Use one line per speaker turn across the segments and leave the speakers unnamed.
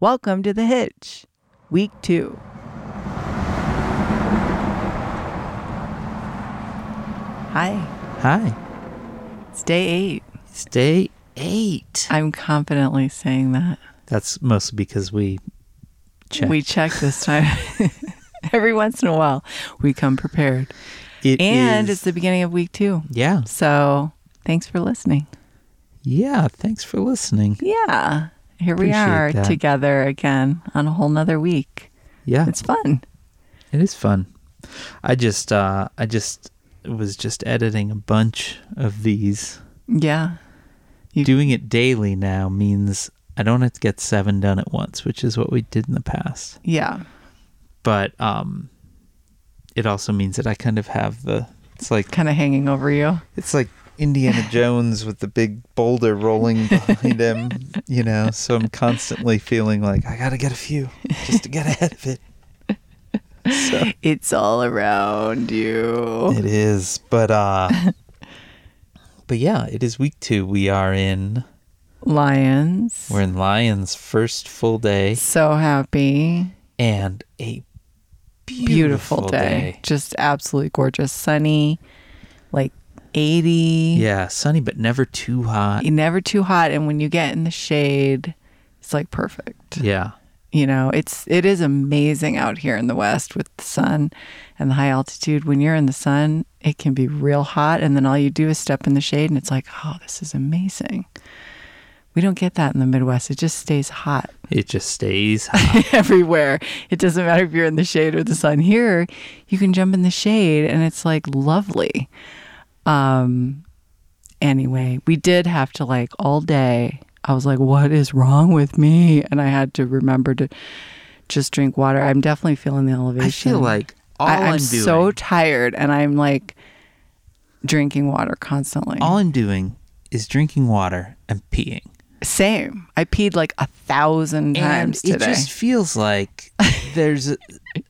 Welcome to The Hitch, Week 2. Hi,
Hi.
it's day 8.
It's day eight.
I'm confidently saying that.
That's mostly because we checked.
We check this time. Every once in a while, we come prepared.
It
and
is-
it's the beginning of Week 2.
yeah,
So thanks for listening.
yeah. Thanks for listening.
Yeah, here we
Appreciate
are
that.
together again on a whole nother week.
Yeah,
It's fun.
it is fun. I just, uh, I just was just editing a bunch of these.
Yeah. You-
Doing it daily now means I don't have to get seven done at once, which is what we did in the past.
Yeah.
But um, it also means that I kind of have the. It's like
Kind of hanging over you.
It's like Indiana Jones with the big boulder rolling behind him, you know. So I'm constantly feeling like I got to get a few just to get ahead of it. So
It's all around you.
it is, but uh but yeah, it is week 2. We are in
Lions.
we're in Lions first full day
so happy.
and a
Beautiful, day. Just absolutely gorgeous. Sunny, like 80.
Yeah, sunny but never too hot.
You're never too hot. And when you get in the shade, it's like perfect.
Yeah.
You know, it's it is amazing out here in the West with the sun and the high altitude. When you're in the sun, it can be real hot, and then all you do is step in the shade, and it's like, oh, this is amazing. We don't get that in the Midwest. It just stays hot.
It just stays hot.
everywhere. It doesn't matter if you're in the shade or the sun. Here, you can jump in the shade and it's like lovely. Um anyway, we did have to like all day. I was like, "What is wrong with me?" and I had to remember to just drink water. I'm definitely feeling the elevation.
I feel like all
I, I'm
am doing
so tired and I'm like drinking water constantly.
All I'm doing is drinking water and peeing.
Same. I peed like a thousand
And
times today.
it just feels like there's a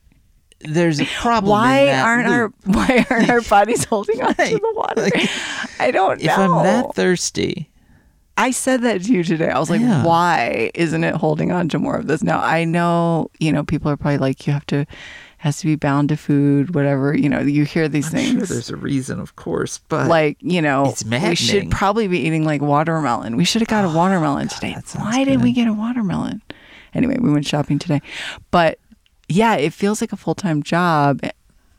there's a problem. in
why
that
aren't
loop.
our why aren't our bodies holding on to
Right.
the water?
Like,
I don't know.
if I'm that thirsty?
I said that to you today. I was like,
Yeah.
why isn't it holding on to more of this? Now I know, you know, people are probably like, you have to has to be bound to food, whatever, you know, you hear these
Sure,
things.
there's a reason, of course, but
like, you know,
It's
we should
maddening.
probably be eating like watermelon. We should have got a watermelon today.
that sounds
Why didn't
good.
we get a watermelon? Anyway, we went shopping today. But yeah, it feels like a full-time job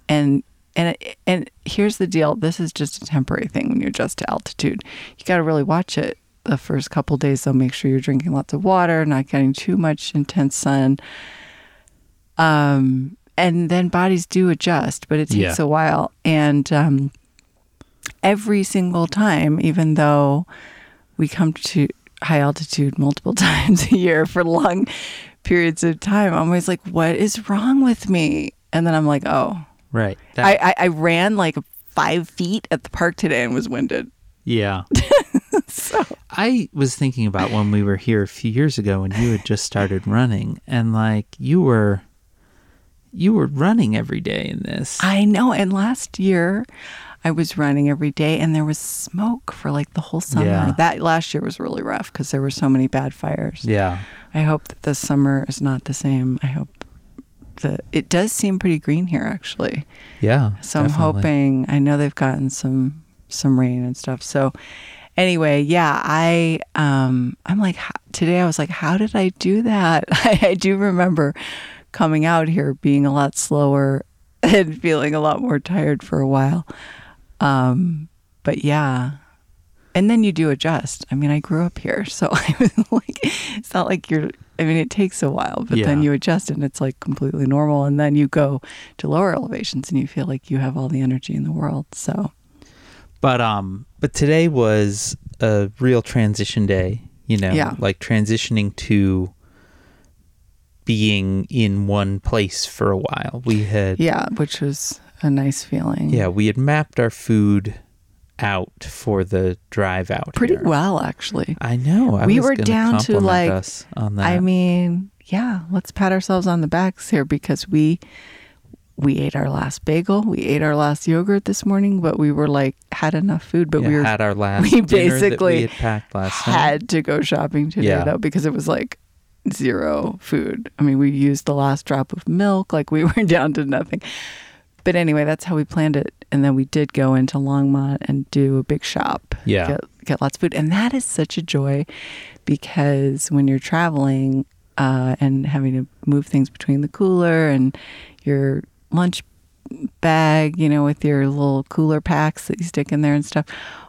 and and and here's the deal. This is just a temporary thing when you adjust to altitude. You got to really watch it. The first couple days, so make sure you're drinking lots of water, not getting too much intense sun. Um, and then bodies do adjust, but it takes
Yeah.
a while. And um, every single time, even though we come to high altitude multiple times a year for long periods of time, I'm always like, what is wrong with me? And then I'm like, oh,
right. That,
I, I, I ran like five feet at the park today and was winded.
yeah. I was thinking about when we were here a few years ago when you had just started running, and like you were, you were running every day in this.
I know. And last year, I was running every day and there was smoke for like the whole summer.
Yeah.
That last year was really rough because there were so many bad fires.
yeah.
I hope that this summer is not the same. I hope that it does seem pretty green here, actually.
Yeah.
So I'm
definitely.
hoping. I know they've gotten some some rain and stuff. So anyway, yeah, I um I'm like h- today I was like, how did I do that? I, I do remember coming out here being a lot slower and feeling a lot more tired for a while. Um, but yeah. And then you do adjust. I mean, I grew up here, so I was like, it's not like you're. I mean, it takes a while, but then
Yeah.
you adjust and it's like completely normal. And then you go to lower elevations and you feel like you have all the energy in the world. So
But um, but today was a real transition day. You know,
Yeah.
like transitioning to being in one place for a while. We had yeah.
yeah, which was a nice feeling.
we had mapped our food out for the drive out.
pretty
here.
well actually.
I know. I
We
was
were
gonna
down to,
compliment
like,
us on that.
I mean, yeah, let's pat ourselves on the backs here because we we ate our last bagel, we ate our last yogurt this morning, but we were like had enough food, but
Yeah,
we were
had our last
we
dinner that
basically
we had packed last night.
had to go shopping today
Yeah.
though because it was like zero food. I mean, we used the last drop of milk, like we were down to nothing. But anyway, that's how we planned it. And then we did go into Longmont and do a big shop.
Yeah.
Get, get lots of food. And that is such a joy because when you're traveling uh, and having to move things between the cooler and your lunch bag, you know, with your little cooler packs that you stick in there and stuff,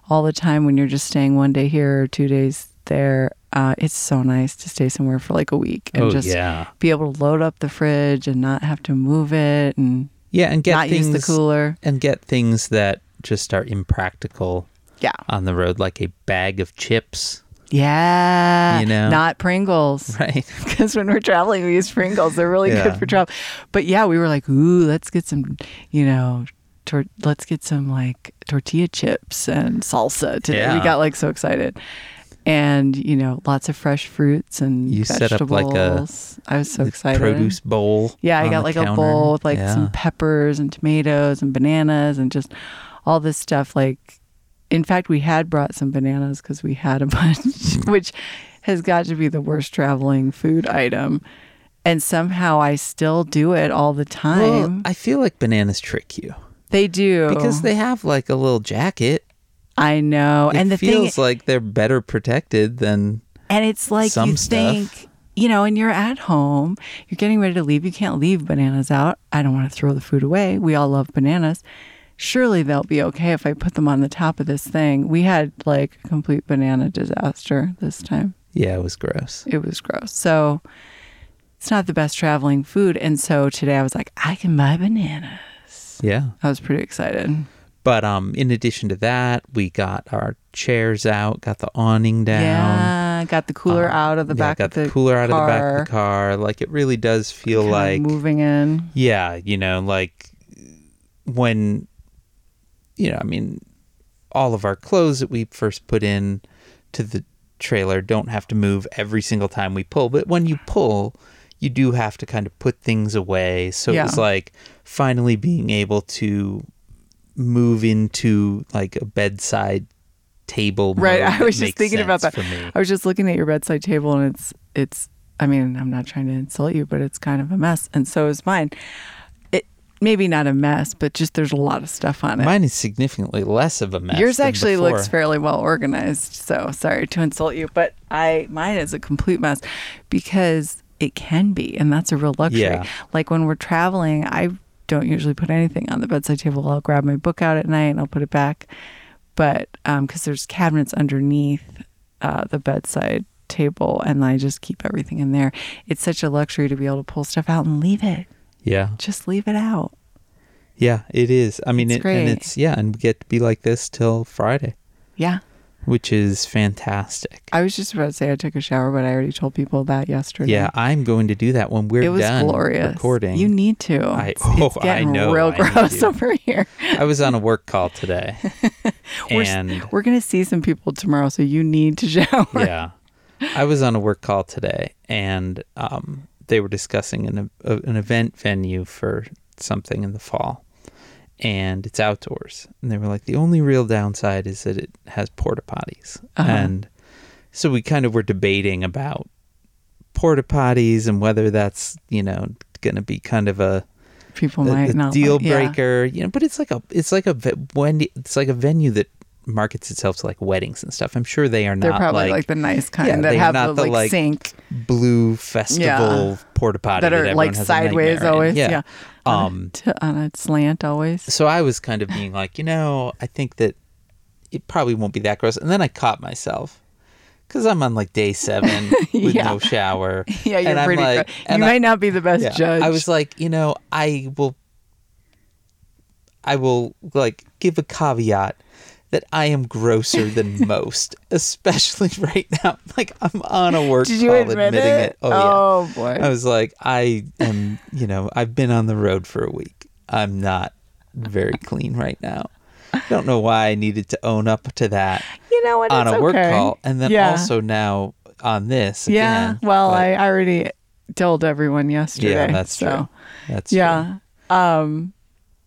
all the time when you're just staying one day here or two days there, uh, it's so nice to stay somewhere for like a week and
oh
just
yeah.
be able to load up the fridge and not have to move it and
Yeah, and get
not
things
use the cooler.
and get things that just are impractical
Yeah.
on the road, like a bag of chips.
Yeah.
You know.
Not Pringles.
Right.
Because when we're traveling, we use Pringles. They're really
Yeah.
good for travel. But yeah, we were like, ooh, let's get some, you know, tor- let's get some like tortilla chips and salsa today.
Yeah.
We got like so excited. And, you know, lots of fresh fruits and
You set up,
vegetables.
like, a-
I was so
The
excited.
Produce bowl.
Yeah, I
on
got
the
like a
counter.
bowl with like
Yeah.
some peppers and tomatoes and bananas and just all this stuff. Like, in fact, we had brought some bananas because we had a bunch,
Mm-hmm.
which has got to be the worst traveling food item. And somehow I still do it all the time.
Well, I feel like bananas trick you
they do
because they have like a little jacket.
I know,
It
and the thing
feels like they're better protected than
And it's like
some
you
stuff.
think, you know, and you're at home, you're getting ready to leave. You can't leave bananas out. I don't want to throw the food away. We all love bananas. Surely they'll be okay if I put them on the top of this thing. We had like a complete banana disaster this time.
yeah, it was gross.
It was gross. So it's not the best traveling food. And so today I was like, I can buy banana.
Yeah.
I was pretty excited.
But um in addition to that, we got our chairs out, got the awning down.
Yeah, got the cooler
Uh,
out of the
yeah,
back
got
of the
cooler out of the back
car,
of the car. Like it really does feel
kinda
like
moving in.
Yeah, you know, like when you know, I mean, all of our clothes that we first put in to the trailer don't have to move every single time we pull, but when you pull, you do have to kind of put things away. So it was
Yeah.
like finally being able to move into like a bedside table.
Right.
mode
I
that
was just
makes
thinking about
sense
that.
for me.
I was just looking at your bedside table and it's it's I mean, I'm not trying to insult you, but it's kind of a mess and so is mine. It maybe not a mess, but just there's a lot of stuff on it.
Mine is significantly less of a mess.
Yours
than
actually
before.
looks fairly well organized, so sorry to insult you, but I mine is a complete mess because it can be, and that's a real luxury.
Yeah.
Like when we're traveling, I don't usually put anything on the bedside table. I'll grab my book out at night and I'll put it back, but because there's cabinets underneath uh, the bedside table, and I just keep everything in there. It's such a luxury to be able to pull stuff out and leave it.
Yeah.
Just leave it out.
Yeah, it is. I mean,
It's
it,
great.
and it's yeah, and we get to be like this till Friday,
Yeah.
which is fantastic.
I was just about to say I took a shower, but I already told people that yesterday.
yeah, I'm going to do that when we're
it was
done
glorious.
recording.
You need to.
I-
it's,
oh,
it's getting
I know,
real
I need
gross
to.
over here.
I was on a work call today,
We're s-
and
We're gonna see some people tomorrow, so you need to shower.
yeah, I was on a work call today, and um, they were discussing an a, an event venue for something in the fall, and it's outdoors, and they were like, the only real downside is that it has porta potties,
Uh-huh.
and so we kind of were debating about porta potties and whether that's you know going to be kind of a
People
a-
might
a
not
deal
like- yeah.
breaker, you know. But it's like a it's like a ve- when it's like a venue that markets itself to like weddings and stuff. I'm sure they are
They're
not
probably
like,
like, the nice kind
Yeah,
that
they're
have
not
the,
the,
like,
like,
sink
blue festival porta potty
that
that
are
everyone
like
has a
sideways
nightmare in.
always. Yeah, Uh,
Um.
T- on a slant always.
So I was kind of being like, you know, I think that it probably won't be that gross, and then I caught myself. Cause I'm on like day seven with
Yeah.
no shower.
Yeah,
and
you're
I'm
pretty.
like-
gross. You
and I-
might not be the best
yeah.
judge.
I was like, you know, I will I will like give a caveat that I am grosser than most, especially right now. Like I'm on a work
Did you
call
admit
admitting
it?
it. Oh,
Oh, boy.
yeah. I was like, I am, you know, I've been on the road for a week. I'm not very clean right now. I don't know why I needed to own up to that
you know what?
on
it's
a work
okay.
call and then
Yeah.
also now on this
Yeah.
again.
well,
Like,
I already told everyone yesterday.
yeah, that's
so,
true. That's true.
Yeah. Um,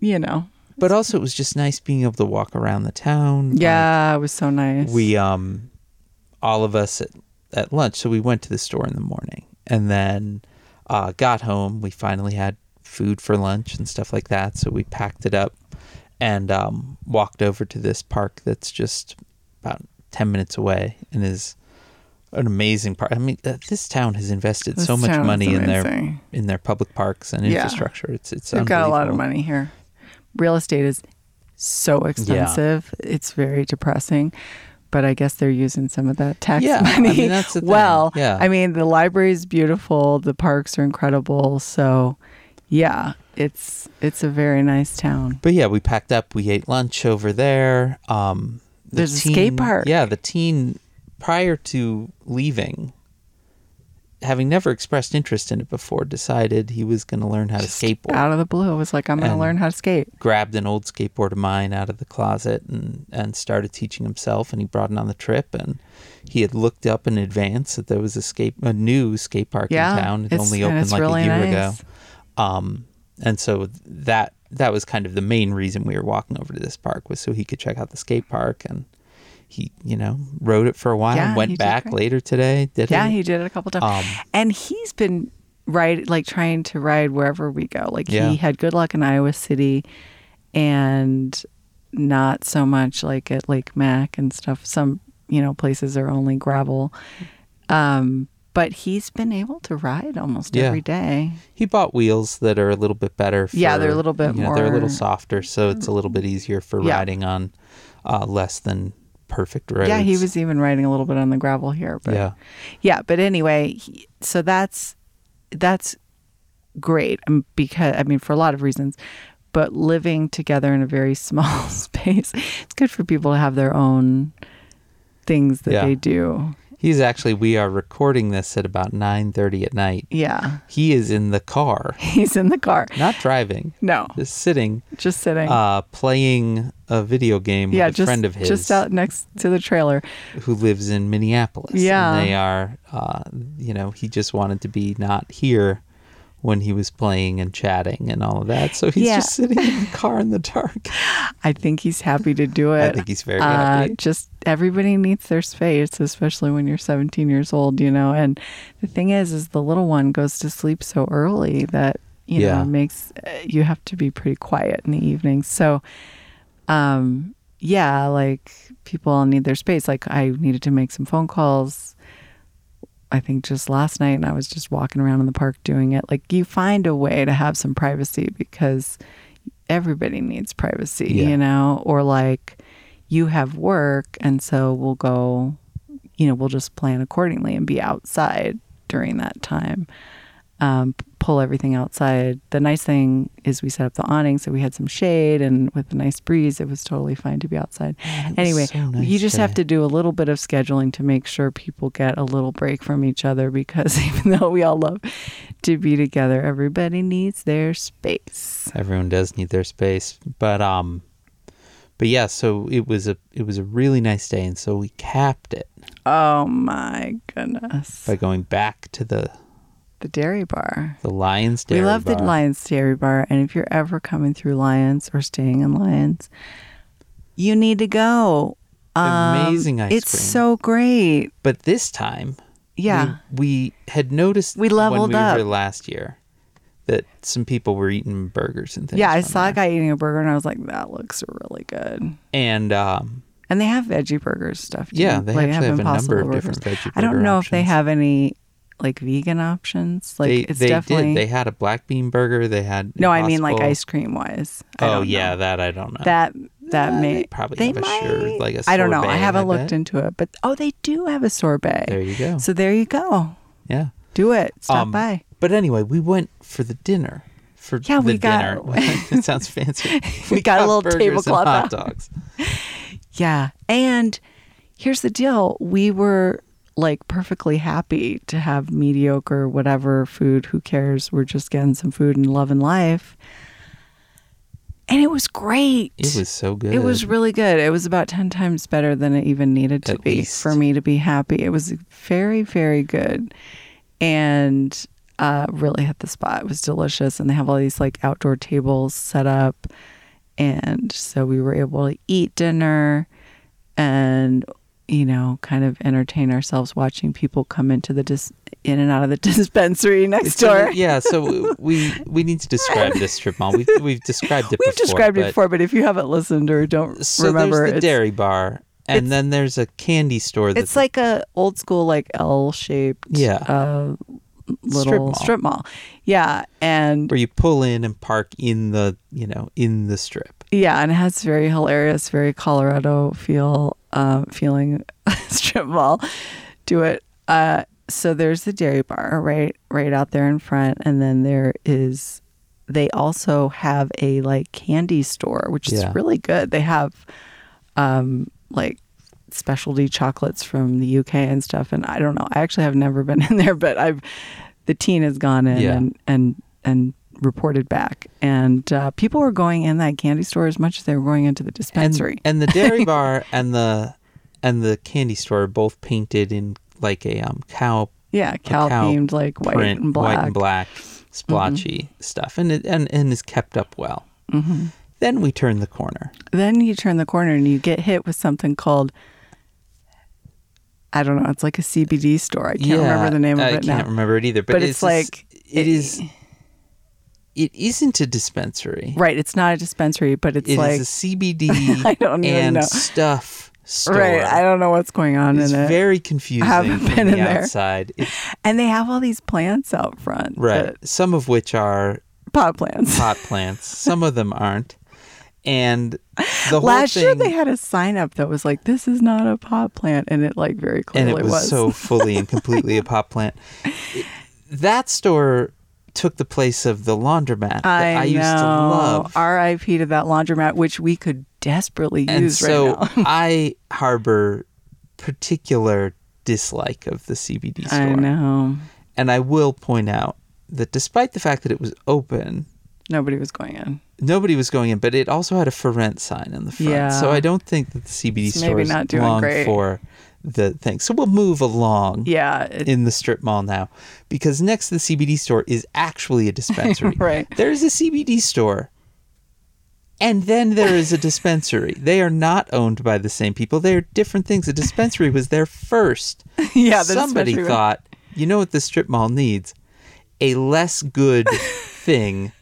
you know.
but also it was just nice being able to walk around the town.
Yeah, it was so nice.
um, Like, we um, all of us at, at lunch. So we went to the store in the morning, and then uh, got home. We finally had food for lunch and stuff like that, so we packed it up and um, walked over to this park that's just about ten minutes away and is an amazing park. I mean, uh, this town has invested so
This
much
town is
money in their
amazing.
in their public parks and
Yeah.
infrastructure. It's it's
They've got a lot of
unbelievable.
money here. Real estate is so expensive. It's very depressing. But I guess they're using some of that tax
Yeah, I
money.
mean, that's the thing.
well,
Yeah.
I mean, the library is beautiful. The parks are incredible. So, yeah, it's it's a very nice town.
Um, But yeah, we packed up. We ate lunch over there. Um, the
There's a skate
teen-
park.
Yeah, the teen prior to leaving, having never expressed interest in it before, decided he was going to learn how to skateboard.
Out of the blue, it was like, I'm going to
And-
learn how to skate.
Grabbed an old skateboard of mine out of the closet and and started teaching himself. And he brought it on the trip. And he had looked up in advance that there was a skate a new skate park
Yeah,
in town. It
it's-
only
and
opened
it's
like
really
a year
nice.
ago. Um, and so that that was kind of the main reason we were walking over to this park was so he could check out the skate park and he you know rode it for a while
Yeah,
and
he
went
did
back
great.
later today did
Yeah,
it?
he did it a couple times.
Um,
and he's been ride like trying to ride wherever we go. Like
Yeah.
he had good luck in Iowa City and not so much like at Lake Mac and stuff. Some, you know, places are only gravel. Um, but he's been able to ride almost
Yeah.
every day.
he bought wheels that are a little bit better for,
Yeah, they're a little bit
you know, they're a
more-
little softer so it's a little bit easier for
Yeah.
riding on uh, less than perfect roads
Yeah, he was even riding a little bit on the gravel here. But
yeah
Yeah, but anyway, he, so that's that's great um, because I mean for a lot of reasons, but living together in a very small space, it's good for people to have their own things that
Yeah.
they do.
he's actually we are recording this at about 9.30 at night
Yeah,
he is in the car
he's in the car.
not driving
No,
just sitting
just sitting.
uh, playing a video game
yeah,
with a
just
friend of his
just out next to the trailer.
who lives in Minneapolis.
Yeah.
And they are, uh, you know, he just wanted to be not here when he was playing and chatting and all of that. So he's
Yeah.
just sitting in the car in the dark.
I think he's happy to do it.
I think he's very happy.
Uh, Just everybody needs their space, especially when you're 17 years old, you know. And the thing is, is the little one goes to sleep so early that you know
Yeah.
it makes uh, you have to be pretty quiet in the evening. So, um, yeah, like people all need their space. Like I needed to make some phone calls. I think just last night, and I was just walking around in the park doing it. Like you find a way to have some privacy because everybody needs privacy,
Yeah.
you know, or like you have work and so we'll go, you know, we'll just plan accordingly and be outside during that time. Um, pull everything outside. The nice thing is we set up the awning so we had some shade and with a nice breeze, it was totally fine to be outside.
was
Anyway,
so nice
you just have
today.
to do a little bit of scheduling to make sure people get a little break from each other because even though we all love to be together, everybody needs their space.
Everyone does need their space. But, um, but yeah, so it was a it was a really nice day, and so we capped it
Oh my goodness.
by going back to the
the dairy bar.
the Lions Dairy
we love the
Bar.
Lions Dairy Bar. And if you're ever coming through Lions or staying in Lions, you need to go. Um,
Amazing ice
It's
cream.
so great.
But this time,
Yeah.
we, we had noticed
We leveled
when we
up.
were last year that some people were eating burgers and things.
yeah, I
from
saw a
there.
guy eating a burger and I was like, that looks really good.
and um,
And they have veggie burgers stuff. Too.
Yeah, they
like,
actually have a
Impossible
number of
Burgers.
different veggie
I don't
burger
know if they
options.
have any like vegan options. Like
they
it's
they
definitely
did. They had a black bean burger. They had
no. I mean like
Impossible.
ice cream wise. I
Oh
don't know.
yeah, that I don't know.
that that
Uh,
may
they probably
they
have a
might,
sure- like a
I don't know. I
sorbet,
haven't
I
looked
bet.
into it, but oh, they do have a sorbet.
there you go.
So there you go.
yeah.
Do it. Stop
Um,
by.
But anyway, we went for the dinner. For
Yeah,
the
we
dinner.
got-
it sounds fancy.
We got a little
burgers and
tablecloth
hot
out.
dogs.
Yeah. And here's the deal. We were like perfectly happy to have mediocre whatever food, who cares? We're just getting some food and love and life. And it was great.
It was so good.
It was really good. It was about 10 times better than it even needed to
At
be
least.
for me to be happy. It was very, very good and uh, really hit the spot. It was delicious. And they have all these like outdoor tables set up. And so we were able to eat dinner and you know, kind of entertain ourselves watching people come into the dis- in and out of the dispensary next door.
So, yeah, so we we need to describe this strip mall. We've we've described it.
We've
before,
described it
but-
before, but if you haven't listened or don't
So
remember,
there's the
it's,
dairy bar,
it's-
and then there's a candy store. That's
it's like a old school like L shaped
Yeah.
uh, little
Strip mall.
Yeah, and
where you pull in and park in the you know in the strip.
Yeah, and it has very hilarious, very Colorado feel, um, feeling strip mall to it. Uh, so there's the dairy bar right, right out there in front, and then there is. They also have a like candy store, which
Yeah.
is really good. They have, um, like specialty chocolates from the UK and stuff. And I don't know. I actually have never been in there, but I've the teen has gone in
Yeah.
and and and reported back. And uh, people were going in that candy store as much as they were going into the
And,
dispensary.
and the dairy bar and the and the candy store are both painted in like a um cow
yeah, cow
cow
themed like white
print,
and black. Mm-hmm.
white and black, splotchy stuff, and it and, and is kept up well. Then we turn the corner.
Then you turn the corner and you get hit with something called. I don't know. It's like a CBD store. I can't remember the name of
I
it now.
can't remember it either. But,
But it's
this-
like-
it is. It isn't a dispensary.
Right. It's not a dispensary, but it's
It is
like
a CBD
I don't even
and
know.
stuff store.
right. I don't know what's going on
It's
in it.
very confusing
haven't
from
been
the
in there.
outside. It's-
And they have all these plants out front.
right.
that-
Some of which are
pot plants.
pot plants. Some of them aren't. And the whole
Last
thing,
year they had a sign up that was like, "This is not a pot plant," and it like very
and
clearly
it was, so fully and completely a pot plant. It- that store took the place of the laundromat that
I,
I, used
know.
to love.
R.I.P. to that laundromat, which we could desperately
And
use
so
right now.
I harbor particular dislike of the CBD store.
I know
And I will point out that despite the fact that it was open,
nobody was going in.
nobody was going in, but it also had a for rent sign in the front.
Yeah.
So I don't think that the CBD
It's
store
maybe
is
not doing
long
great.
for the thing. So we'll move along
Yeah, it,
in the strip mall now because next to the CBD store is actually a dispensary.
Right.
There's a CBD store. And then there is a dispensary. They are not owned by the same people. They are different things. The dispensary was there first.
yeah. the
Somebody
dispensary was-
thought, you know what the strip mall needs? A less good thing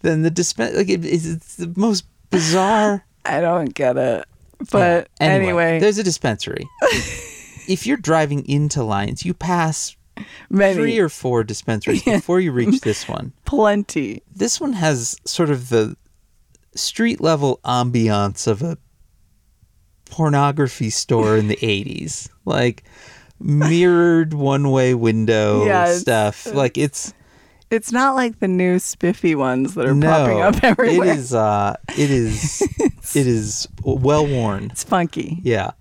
than the dispen. Like it, it's, it's the most bizarre.
I don't get it. But
Yeah.
anyway,
there's a dispensary. if you're driving into Lions, you pass
many,
three or four dispensaries before you reach this one.
plenty.
This one has sort of the street level ambiance of a pornography store in the 80s. Like mirrored one way window
Yeah, it's-
stuff. like it's
It's not like the new spiffy ones that are
no,
popping up everywhere.
It is uh it is it is well worn.
It's funky.
Yeah.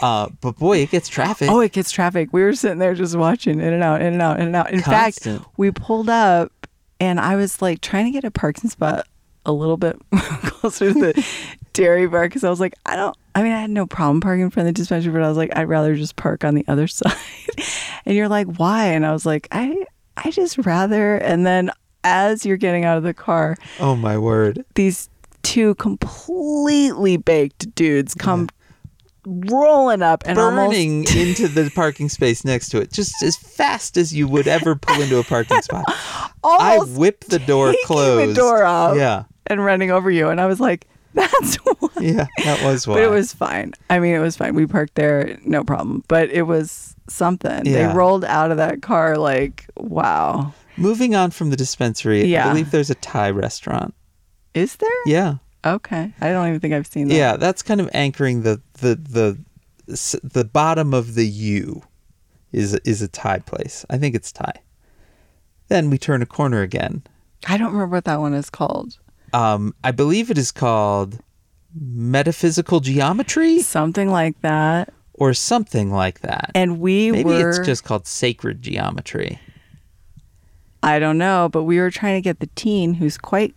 Uh but boy, it gets traffic.
Oh, it gets traffic. We were sitting there just watching in and out, in and out, in and out. In
Constant.
fact, we pulled up and I was like trying to get a parking spot a little bit closer to the dairy bar because I was like, I don't, I mean, I had no problem parking in front of the dispensary, but I was like, I'd rather just park on the other side. and you're like, why? And I was like, I, I just rather. And then as you're getting out of the car,
oh my word.
these two completely baked dudes come rolling up and almost
burning into the parking space next to it, just as fast as you would ever pull into a parking spot. I
almost
whip the door
taking
closed.
the door off
Yeah,
and running over you. And I was like, that's why.
yeah, that was why.
But it was fine. I mean, it was fine. We parked there, no problem. But it was something.
Yeah.
They rolled out of that car like, wow.
moving on from the dispensary. I
Yeah.
believe there's a Thai restaurant.
Is there?
Yeah,
Okay. I don't even think I've seen that.
yeah, that's kind of anchoring the the the s- the bottom of the U is is a Thai place. I think it's Thai. Then we turn a corner again.
I don't remember what that one is called.
Um, I believe it is called metaphysical geometry
Something like that.
or something like that.
And we
Maybe
were,
it's just called sacred geometry.
I don't know, but we were trying to get the teen who's quite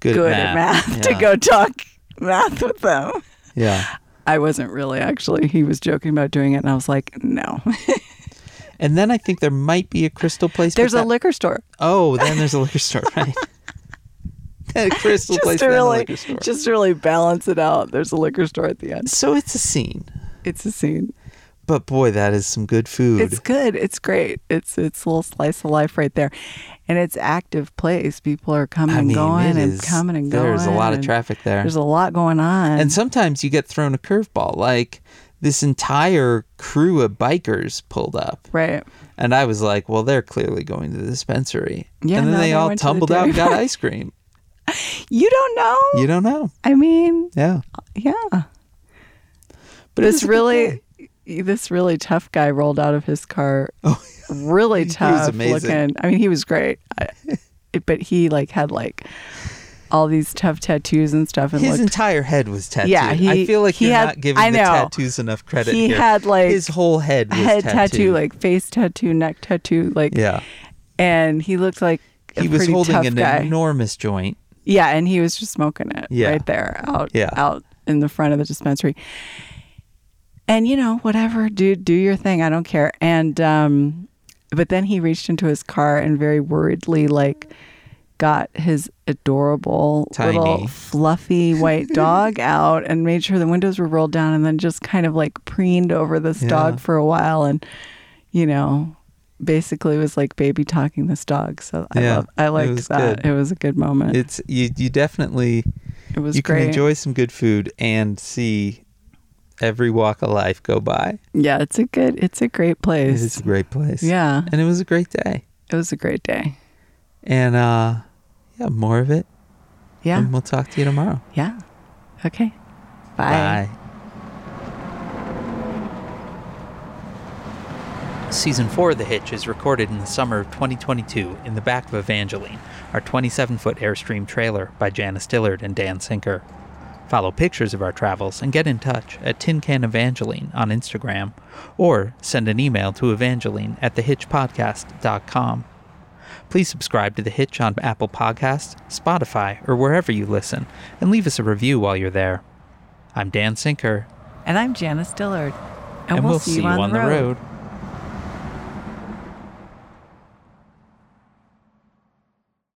Good,
good
at math.
to
yeah.
go talk math with them.
Yeah.
I wasn't really actually. He was joking about doing it, and I was like, no.
And then I think there might be a crystal place. but
There's a
that-
liquor store.
oh, then there's a liquor store, right? a crystal
just
place
to
then a
really
liquor store.
just to really balance it out. There's a liquor store at the end.
So it's a scene,
It's a scene.
But boy, that is some good food.
It's good. It's great. It's it's a little slice of life right there, and it's active place. People are coming
I
and
mean,
going
it
and
is-
coming and going.
There's a lot of
and
traffic there.
There's a lot going on.
And sometimes you get thrown a curveball, like this entire crew of bikers pulled up.
right.
And I was like, well, they're clearly going to the dispensary.
Yeah,
and then
no,
they
they
all
went to the
tumbled out
dairy
and got ice cream.
You don't know.
You don't know.
I mean,
Yeah.
yeah.
But
this Ah. really, this really tough guy rolled out of his car.
Oh,
really
was
tough
amazing.
looking. I mean, he was great, I, but he like had like all these tough tattoos and stuff, and
His
looked
entire head was tattooed.
Yeah,
I
he-
feel like
he
you're
had-
not giving
I
the
know.
tattoos enough credit.
He
here.
had, like,
his whole head was
head
tattooed.
tattoo, like face tattoo, neck tattoo, like
yeah,
and he looked like a
he was
pretty
holding
tough
an
guy.
enormous joint.
yeah, and he was just smoking it
Yeah.
right there out
Yeah.
out in the front of the dispensary. And you know, whatever, dude, do your thing. I don't care. And um but then he reached into his car and very worriedly like got his adorable
Tiny.
little fluffy white dog out and made sure the windows were rolled down and then just kind of like preened over this
Yeah.
dog for a while and you know basically was like baby talking this dog so i
Yeah,
love i
it
liked
was
that
good.
it was a good moment it,
It's you. You definitely
was
you
great
can enjoy some good food and see every walk of life go by.
yeah it's a good it's a great place
It's a great place.
yeah
and it was a great day.
it was a great day
And uh, yeah, more of it.
yeah
And we'll talk to you tomorrow.
yeah okay bye.
Season 4 of The Hitch is recorded in the summer of 2022 in the back of Evangeline, our 27 foot Airstream trailer by Janice Dillard and Dan Sinker. Follow pictures of our travels and get in touch at Tin Can Evangeline on Instagram or send an email to evangeline at thehitchpodcast.com. Please subscribe to The Hitch on Apple Podcasts, Spotify, or wherever you listen, and leave us a review while you're there. I'm Dan Sinker,
and i'm janice dillard
and, we'll, see you on, the road.